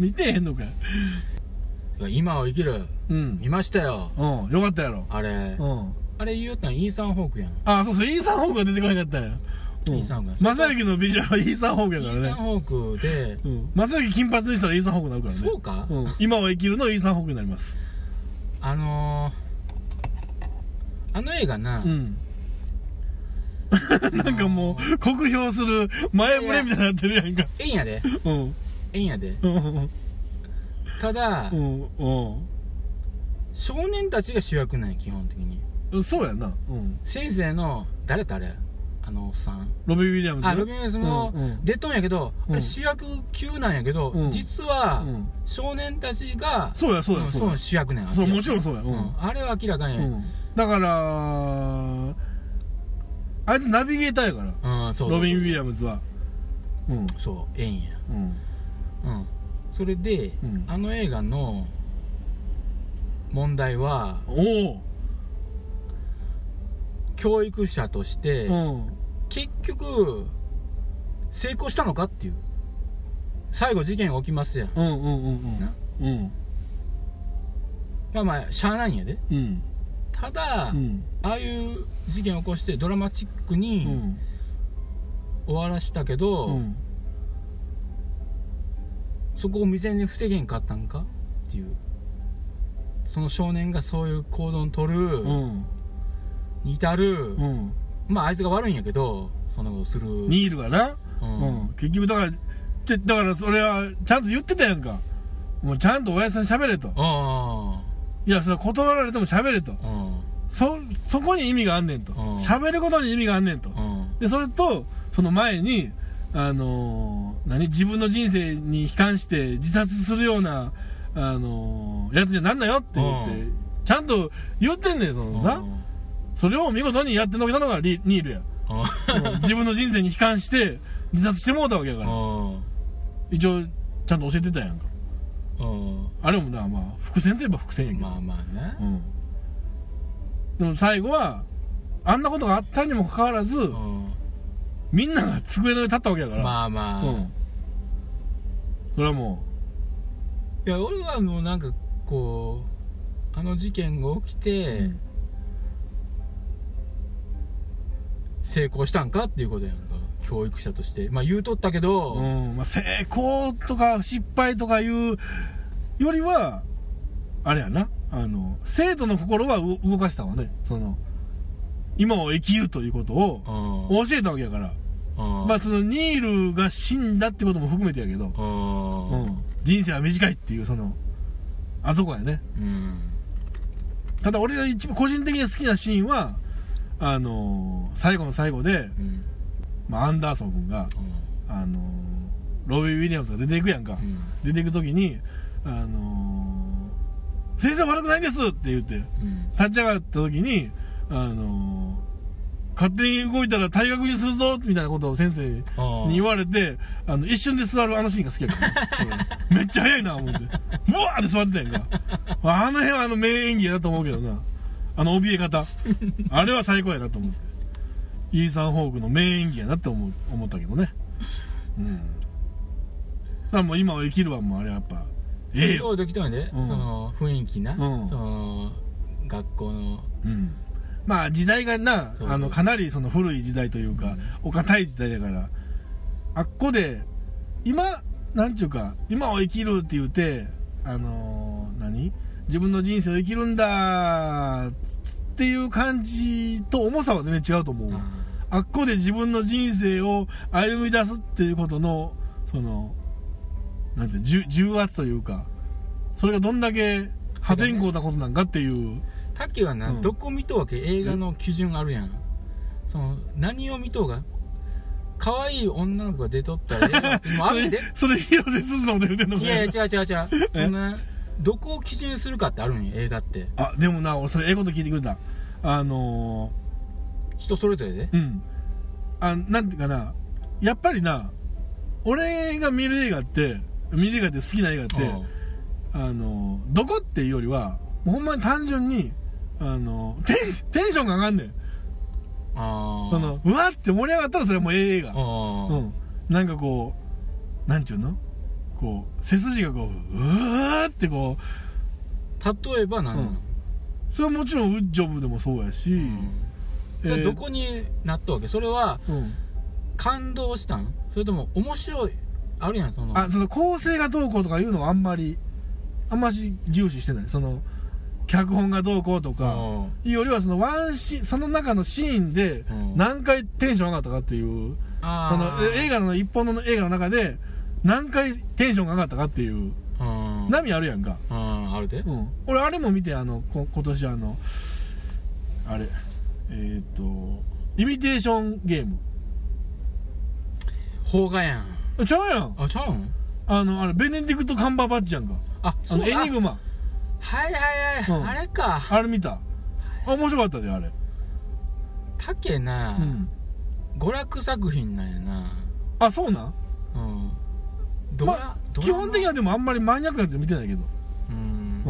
[SPEAKER 1] 見てへんのかよ
[SPEAKER 2] 今を生きる。
[SPEAKER 1] うん
[SPEAKER 2] 見ましたよ。
[SPEAKER 1] うんよかったやろ
[SPEAKER 2] あれ
[SPEAKER 1] う。ん
[SPEAKER 2] あれ言うたん、イーサン・ホークやん。
[SPEAKER 1] あそうそうイーサン・ホークが出てこなかったんやうん
[SPEAKER 2] イーサンホーク
[SPEAKER 1] 正行のビジュアルはイーサン・ホーク
[SPEAKER 2] イ
[SPEAKER 1] やから
[SPEAKER 2] ー
[SPEAKER 1] ね
[SPEAKER 2] サン・ホークで、
[SPEAKER 1] うん正行金髪にしたらイーサン・ホークになるからね
[SPEAKER 2] そうか
[SPEAKER 1] ん今を生きるのイーサン・ホークになります
[SPEAKER 2] あのー、あの映画な、
[SPEAKER 1] うん なんかもう酷評する前触れみたいになってるやんか
[SPEAKER 2] ええんやで、
[SPEAKER 1] うん
[SPEAKER 2] ええんやで。
[SPEAKER 1] うんうん
[SPEAKER 2] ただ、
[SPEAKER 1] うん
[SPEAKER 2] 少年たちが主役なんや、基本的に。
[SPEAKER 1] うんそうやんなうん
[SPEAKER 2] 先生の、誰だあれあのおっさん。
[SPEAKER 1] ロビー・ウィリアムズ
[SPEAKER 2] あ、ロビン・ウィリアムスも
[SPEAKER 1] うんうん
[SPEAKER 2] 出とんやけど、
[SPEAKER 1] うん
[SPEAKER 2] あれ主役級なんやけど、
[SPEAKER 1] うん
[SPEAKER 2] 実は、
[SPEAKER 1] うん
[SPEAKER 2] 少年たちが、
[SPEAKER 1] そうやそうや
[SPEAKER 2] ん
[SPEAKER 1] そうや
[SPEAKER 2] 主役なんや。
[SPEAKER 1] そう
[SPEAKER 2] 明らかに
[SPEAKER 1] もちろんそうやうん
[SPEAKER 2] うんあれは明らかに。うん、
[SPEAKER 1] だからあいつナビゲーターやから
[SPEAKER 2] そうそうそう
[SPEAKER 1] ロビン・ウィリアムズはうん
[SPEAKER 2] そう、ええんや。
[SPEAKER 1] うん
[SPEAKER 2] うん。それで、
[SPEAKER 1] うん
[SPEAKER 2] あの映画の、問題は、
[SPEAKER 1] おお
[SPEAKER 2] 教育者として、
[SPEAKER 1] うん
[SPEAKER 2] 結局成功したのかっていう最後事件起きますやん
[SPEAKER 1] うんうんうん
[SPEAKER 2] な
[SPEAKER 1] うんうん
[SPEAKER 2] まあまあしゃあないんやで
[SPEAKER 1] うん
[SPEAKER 2] ただ、
[SPEAKER 1] うん
[SPEAKER 2] ああいう事件起こしてドラマチック
[SPEAKER 1] う
[SPEAKER 2] に
[SPEAKER 1] ん
[SPEAKER 2] 終わらしたけど、
[SPEAKER 1] うん
[SPEAKER 2] そこを未然に防げんかったんかっていうその少年がそういう行動を取る、
[SPEAKER 1] うん
[SPEAKER 2] に至
[SPEAKER 1] う
[SPEAKER 2] る、
[SPEAKER 1] ん
[SPEAKER 2] まああいつが悪いんやけどそのことする
[SPEAKER 1] ニールがな
[SPEAKER 2] うん
[SPEAKER 1] うん結局だからちょだからそれはちゃんと言ってたやんかもうちゃんと親父さんに喋れと
[SPEAKER 2] あ
[SPEAKER 1] いやそれは断られても喋れと
[SPEAKER 2] あうん
[SPEAKER 1] そそこに意味があんねんと
[SPEAKER 2] うん
[SPEAKER 1] 喋ることに意味があんねんと
[SPEAKER 2] うん
[SPEAKER 1] でそれとその前にあのー何自分の人生に悲観して自殺するようなあのーやつじゃなんなよって言って、
[SPEAKER 2] う
[SPEAKER 1] ちゃんと言ってんねんそのな、
[SPEAKER 2] うん
[SPEAKER 1] それを見事にやってのけたのがリニールや
[SPEAKER 2] あ
[SPEAKER 1] うん自分の人生に悲観して自殺してもうたわけやから
[SPEAKER 2] あ
[SPEAKER 1] 一応ちゃんと教えてたやんか
[SPEAKER 2] うん
[SPEAKER 1] あれもなまあ伏線といえば伏線やけど、
[SPEAKER 2] まあまあね
[SPEAKER 1] うんでも最後はあんなことがあったにもかかわらず、
[SPEAKER 2] うん
[SPEAKER 1] みんなが机の上に立ったわけやから、
[SPEAKER 2] まあまあ、
[SPEAKER 1] うんそれはも
[SPEAKER 2] いや俺はもうなんかこうあの事件が起き
[SPEAKER 1] う、
[SPEAKER 2] て、
[SPEAKER 1] うん
[SPEAKER 2] 成功したんかっていうことやんか教育者としてまあ言うとったけど、
[SPEAKER 1] うんまあ、成功とか失敗とかいうよりはあれやなあの生徒の心はう動かしたわねその今を生きるということを
[SPEAKER 2] うん
[SPEAKER 1] 教えたわけやから、
[SPEAKER 2] うん
[SPEAKER 1] まあそのニールが死んだってことも含めてやけど、
[SPEAKER 2] うん
[SPEAKER 1] うん、人生は短いっていうそのあそこやね
[SPEAKER 2] うん
[SPEAKER 1] ただ俺が一番個人的に好きなシーンはあのー最後の最後で、
[SPEAKER 2] うん
[SPEAKER 1] まあ、アンダーソン君が、あのーロビー・ウィリアムズが出ていくやんか、
[SPEAKER 2] うん
[SPEAKER 1] 出ていく時に「あのー先生悪くないです!」って言って
[SPEAKER 2] うん
[SPEAKER 1] 立ち上がった時に「あのー勝手に動いたら退学にするぞ!」みたいなことを先生に
[SPEAKER 2] うん
[SPEAKER 1] に言われてあの一瞬で座るあのシーンが好きや から、うんめっちゃ早いな思ってブワーって座ってたやんかあの辺はあの名演技やなと思うけどなあの怯え方あれは最高やなと思ってイーサン・ホークの名演技やなって思う思ったけどねうんさあもう今を生きるわもうあれはやっぱええよ
[SPEAKER 2] ようできたんで、
[SPEAKER 1] うん
[SPEAKER 2] その雰囲気な、
[SPEAKER 1] うん
[SPEAKER 2] その学校の
[SPEAKER 1] うんまあ時代がな
[SPEAKER 2] そうそう
[SPEAKER 1] あのかなりその古い時代というか、お堅い時代だからあっこで今なんちゅうか今を生きるって言うてあのー何自分の人生を生きるんだっていう感じと重さは全然違うと思うわ、あっこで自分の人生を歩み出すっていうことのそのなんて重重圧というかそれがどんだけ破天荒なことなんかっていう。
[SPEAKER 2] タッキーはな、
[SPEAKER 1] うん
[SPEAKER 2] どこ見とうわけ映画の基準あるやんその何を見とうが可愛い女の子が出とったら映 画もうあ
[SPEAKER 1] そ
[SPEAKER 2] る
[SPEAKER 1] れ
[SPEAKER 2] んで
[SPEAKER 1] それ広瀬すずのこと言うてんの
[SPEAKER 2] い
[SPEAKER 1] か
[SPEAKER 2] やいや違う違う違う
[SPEAKER 1] え
[SPEAKER 2] そんなどこを基準にするかってあるんよ映画って
[SPEAKER 1] あでもな俺それええこと聞いてくれたあの
[SPEAKER 2] 人それぞれ
[SPEAKER 1] ー、
[SPEAKER 2] で
[SPEAKER 1] うんあなんていうかなやっぱりな俺が見る映画って見る映画って好きな映画って
[SPEAKER 2] うん
[SPEAKER 1] あのーどこっていうよりはもうほんまに単純にあのーテンテンションが上がんねん
[SPEAKER 2] あー
[SPEAKER 1] そのうわって盛り上がったらそれはもうええ映画
[SPEAKER 2] あ
[SPEAKER 1] う
[SPEAKER 2] ー
[SPEAKER 1] ん、なんかこうなんていうのこう背筋がこううわーってこう
[SPEAKER 2] 例えば何なの、
[SPEAKER 1] うんそれはもちろんウッジョブでもそうやし、
[SPEAKER 2] そ
[SPEAKER 1] え
[SPEAKER 2] れ
[SPEAKER 1] ー
[SPEAKER 2] どこになったわけそれは
[SPEAKER 1] うん、
[SPEAKER 2] 感動したんそれとも面白いあるやんその
[SPEAKER 1] あその構成がどうこうとかいうのはあんまりあんまし重視してないその脚本がどうこうとか
[SPEAKER 2] う
[SPEAKER 1] いう
[SPEAKER 2] ん
[SPEAKER 1] よりはそのワンシーンその中のシーンで
[SPEAKER 2] うん
[SPEAKER 1] 何回テンション上がったかっていうそ
[SPEAKER 2] あ
[SPEAKER 1] のえ映画の一本の映画の中で何回テンションが上がったかっていう
[SPEAKER 2] 画うん
[SPEAKER 1] 波あるやんか、
[SPEAKER 2] うんあるで
[SPEAKER 1] うん、俺あれも見てあのこ今年あのあれえーっ、とイミテーションゲーム
[SPEAKER 2] 邦画やん
[SPEAKER 1] ちゃうやん
[SPEAKER 2] あちゃうん
[SPEAKER 1] あのあれベネディクト・カンバーバッチやんか
[SPEAKER 2] あ
[SPEAKER 1] あ
[SPEAKER 2] そう
[SPEAKER 1] のエニグ
[SPEAKER 2] マ
[SPEAKER 1] マ
[SPEAKER 2] はいはいはい、
[SPEAKER 1] うん
[SPEAKER 2] あれか
[SPEAKER 1] あれ見たあ面白かったであれ
[SPEAKER 2] たけな、
[SPEAKER 1] うん
[SPEAKER 2] 娯楽作品なんやな
[SPEAKER 1] あそうなん
[SPEAKER 2] うんドラ、
[SPEAKER 1] ま
[SPEAKER 2] ドラ
[SPEAKER 1] 基
[SPEAKER 2] マ
[SPEAKER 1] 本的にはでもあんまりマニアックなやつ見てないけど
[SPEAKER 2] うん
[SPEAKER 1] う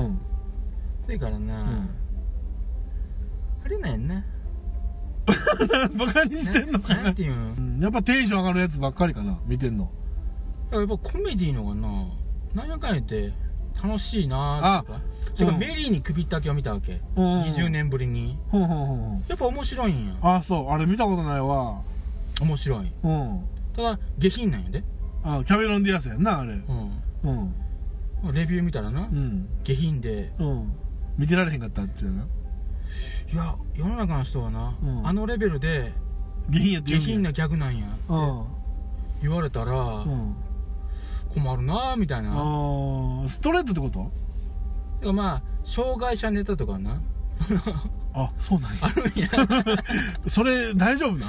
[SPEAKER 1] ん
[SPEAKER 2] せやからな、
[SPEAKER 1] ん
[SPEAKER 2] あれなんやんな
[SPEAKER 1] バカにしてんのか
[SPEAKER 2] な
[SPEAKER 1] なん
[SPEAKER 2] ていうん
[SPEAKER 1] うんやっぱテンション上がるやつばっかりかな見てんの
[SPEAKER 2] やっぱコメディーのがななんやかんや言って楽しいなーとかてか
[SPEAKER 1] うん
[SPEAKER 2] メリーに首ったけを見たわけ、
[SPEAKER 1] うん
[SPEAKER 2] 20年ぶりに
[SPEAKER 1] ほんほんほんほん
[SPEAKER 2] やっぱ面白いんや
[SPEAKER 1] あそうあれ見たことないわ
[SPEAKER 2] 面白い
[SPEAKER 1] うん
[SPEAKER 2] ただ下品なんやで
[SPEAKER 1] あキャメロン・ディアスやんなあれ
[SPEAKER 2] う
[SPEAKER 1] うん
[SPEAKER 2] んレビュー見たらな、
[SPEAKER 1] うん
[SPEAKER 2] 下品で
[SPEAKER 1] うん見てられへんかったっていうない
[SPEAKER 2] や世の中の人はな、
[SPEAKER 1] うん
[SPEAKER 2] あのレベルで
[SPEAKER 1] 下品やって言
[SPEAKER 2] 下
[SPEAKER 1] うんや
[SPEAKER 2] 品なギャグなんや
[SPEAKER 1] うん
[SPEAKER 2] 言われたら
[SPEAKER 1] うん
[SPEAKER 2] 困るなーみたいな、だか
[SPEAKER 1] あーストレートってこと
[SPEAKER 2] らまあ障害者ネタとかな
[SPEAKER 1] あそうなんや
[SPEAKER 2] あるん や
[SPEAKER 1] それ大丈夫 な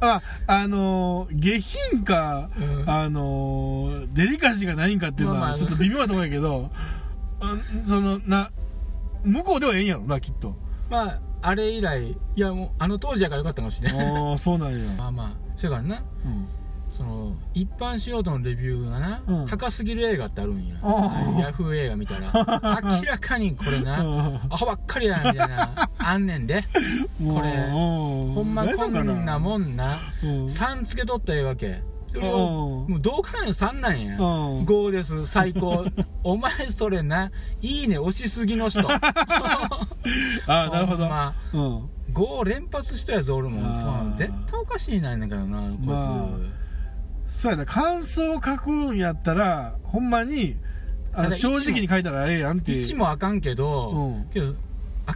[SPEAKER 1] ああのー下品か、
[SPEAKER 2] うん
[SPEAKER 1] あのーデリカシーがないんかっていうの
[SPEAKER 2] まあま
[SPEAKER 1] は
[SPEAKER 2] あ
[SPEAKER 1] ちょっと微妙なところやけど、うんそのな向こうではええんやろなきっと
[SPEAKER 2] まああれ以来いやもうあの当時やからよかったかもしれない
[SPEAKER 1] ああそうなんや
[SPEAKER 2] まあまあそやからな
[SPEAKER 1] うん
[SPEAKER 2] その一般素人のレビューがな、
[SPEAKER 1] うん
[SPEAKER 2] 高すぎる映画ってあるんや
[SPEAKER 1] ああ
[SPEAKER 2] ヤフー映画見 たら明らかにこれ
[SPEAKER 1] あ
[SPEAKER 2] なアホばっかりやなみた いなあんねんでこれほ
[SPEAKER 1] ほ
[SPEAKER 2] んまこんな
[SPEAKER 1] も
[SPEAKER 2] もんな3つけとったらええわけそれを
[SPEAKER 1] うん
[SPEAKER 2] もうどう考えても3なんや
[SPEAKER 1] うん
[SPEAKER 2] 5です最高 お前それないいね押しすぎ の人
[SPEAKER 1] ああなるほ
[SPEAKER 2] ほんま
[SPEAKER 1] どうん
[SPEAKER 2] 5連発したやぞ俺も
[SPEAKER 1] あー
[SPEAKER 2] そうなの絶対おかしいなんだけどなこいつ、
[SPEAKER 1] まあそうやな感想を書くんやったらほんまにあ
[SPEAKER 2] た
[SPEAKER 1] の
[SPEAKER 2] だ一
[SPEAKER 1] 正
[SPEAKER 2] も
[SPEAKER 1] 直に書いたらええやんって
[SPEAKER 2] 1もあかんけど、
[SPEAKER 1] うん
[SPEAKER 2] けど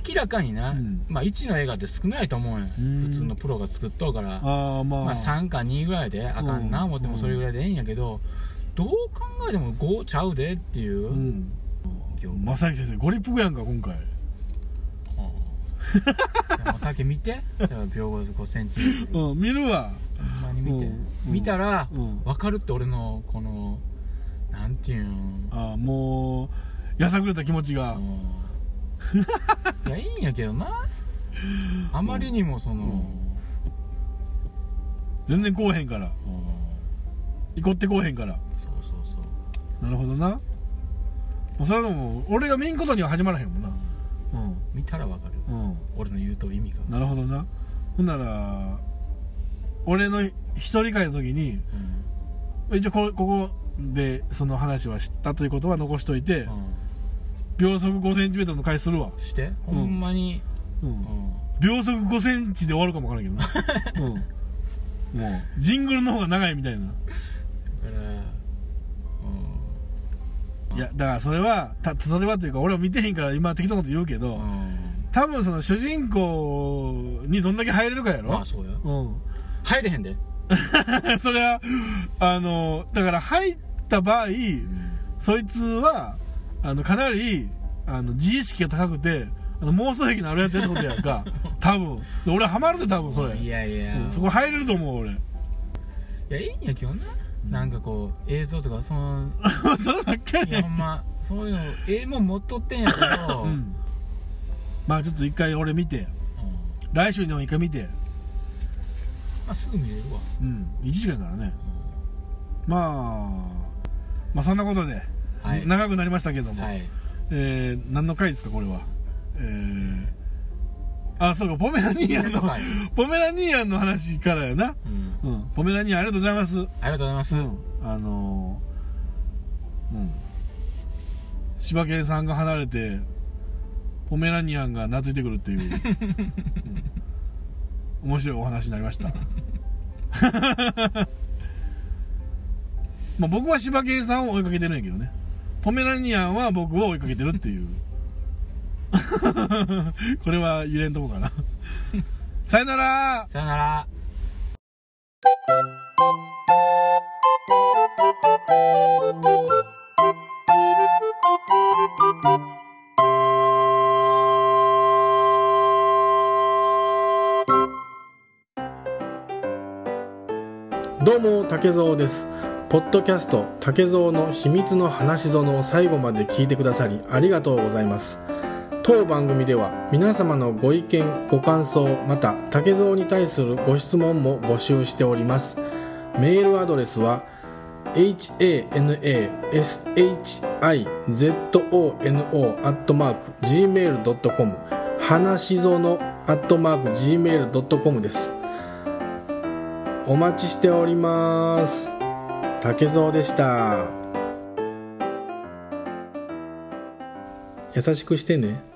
[SPEAKER 2] 明らかにな、
[SPEAKER 1] うん
[SPEAKER 2] まあ1の映画って少ないと思うんや
[SPEAKER 1] うん
[SPEAKER 2] 普通のプロが作っとうから
[SPEAKER 1] ああまあ、
[SPEAKER 2] まあ3か2ぐらいであかんな思って
[SPEAKER 1] う
[SPEAKER 2] も
[SPEAKER 1] ん
[SPEAKER 2] それぐらいでええんやけど、どう考えても5ちゃうでっていう、
[SPEAKER 1] うん
[SPEAKER 2] 今日
[SPEAKER 1] 正木先生ご立腹やんか今回
[SPEAKER 2] でも竹見てだから秒後5センチほん
[SPEAKER 1] うん見るわ
[SPEAKER 2] まに見て、
[SPEAKER 1] うん
[SPEAKER 2] 見たら、
[SPEAKER 1] うん
[SPEAKER 2] 分かるって俺のこのなんていうん
[SPEAKER 1] ああもうやさぐれた気持ちが、
[SPEAKER 2] うんいやいいんやけどなあまりにもその、
[SPEAKER 1] 全然こうへんから
[SPEAKER 2] うん
[SPEAKER 1] いこってこうへんから
[SPEAKER 2] そうそうそう
[SPEAKER 1] なるほどなもうそれはもう俺が見んことには始まらへんもんな
[SPEAKER 2] 見たら分かる
[SPEAKER 1] うんうん
[SPEAKER 2] 俺の言うと意味が、
[SPEAKER 1] なるほどなほんなら俺の一人会の時に
[SPEAKER 2] うん
[SPEAKER 1] 一応こここでその話は知ったということは残しといて、
[SPEAKER 2] う
[SPEAKER 1] 秒速 5cm の回するわ
[SPEAKER 2] ん、してほんまに、
[SPEAKER 1] うん、
[SPEAKER 2] うん
[SPEAKER 1] 秒速 5cm で終わるかもわからんけどな うんもうジングルの方が長いみたいな
[SPEAKER 2] だから、うん、
[SPEAKER 1] いやだからそれはたそれはというか俺は見てへんから今適当なこと言うけど、
[SPEAKER 2] うん
[SPEAKER 1] 多分その主人公にどんだけ入れるかやろ、
[SPEAKER 2] まあそうや
[SPEAKER 1] うん
[SPEAKER 2] 入れへんで、
[SPEAKER 1] それはあのだから入った場合そいつはあのかなりあの自意識が高くてあの妄想癖のあるやつやってことやん か多分で俺ハマるで多分それ
[SPEAKER 2] いやいや、
[SPEAKER 1] うんそ
[SPEAKER 2] い
[SPEAKER 1] こ入れると思う俺
[SPEAKER 2] やいいんやけどな、なんかこう映像とか その
[SPEAKER 1] そればっか
[SPEAKER 2] い
[SPEAKER 1] りや
[SPEAKER 2] や
[SPEAKER 1] ん
[SPEAKER 2] ほんまそういうのええもん持っとってんやけど、
[SPEAKER 1] うんまあちょっと一回俺見て
[SPEAKER 2] うん
[SPEAKER 1] 来週にでも一回見て
[SPEAKER 2] まあ、すぐ見れるわ、
[SPEAKER 1] うん1時間からねまあまあそんなことで、
[SPEAKER 2] はい
[SPEAKER 1] 長くなりましたけども、
[SPEAKER 2] はい
[SPEAKER 1] えー、何の回ですかこれはえー、あそうかポメラニアンの
[SPEAKER 2] はい
[SPEAKER 1] ポメラニアンの話からやな
[SPEAKER 2] うん
[SPEAKER 1] うんポメラニアンありがとうございます
[SPEAKER 2] ありがとうございます、
[SPEAKER 1] うんあのーうん柴犬さんが離れてポメラニアンが懐いてくるっていう、うん面白いお話になりました まあ僕は柴犬さんを追いかけてるんやけどねポメラニアンは僕を追いかけてるっていう これは揺れんとこかなさよなら
[SPEAKER 2] さよなら
[SPEAKER 3] どうも竹蔵ですポッドキャスト竹蔵の秘密の話ぞの最後まで聞いてくださりありがとうございます当番組では皆様のご意見ご感想また竹蔵に対するご質問も募集しておりますメールアドレスは hanashizono.gmail.com 話ぞの .gmail.com ですお待ちしております竹蔵でした優しくしてね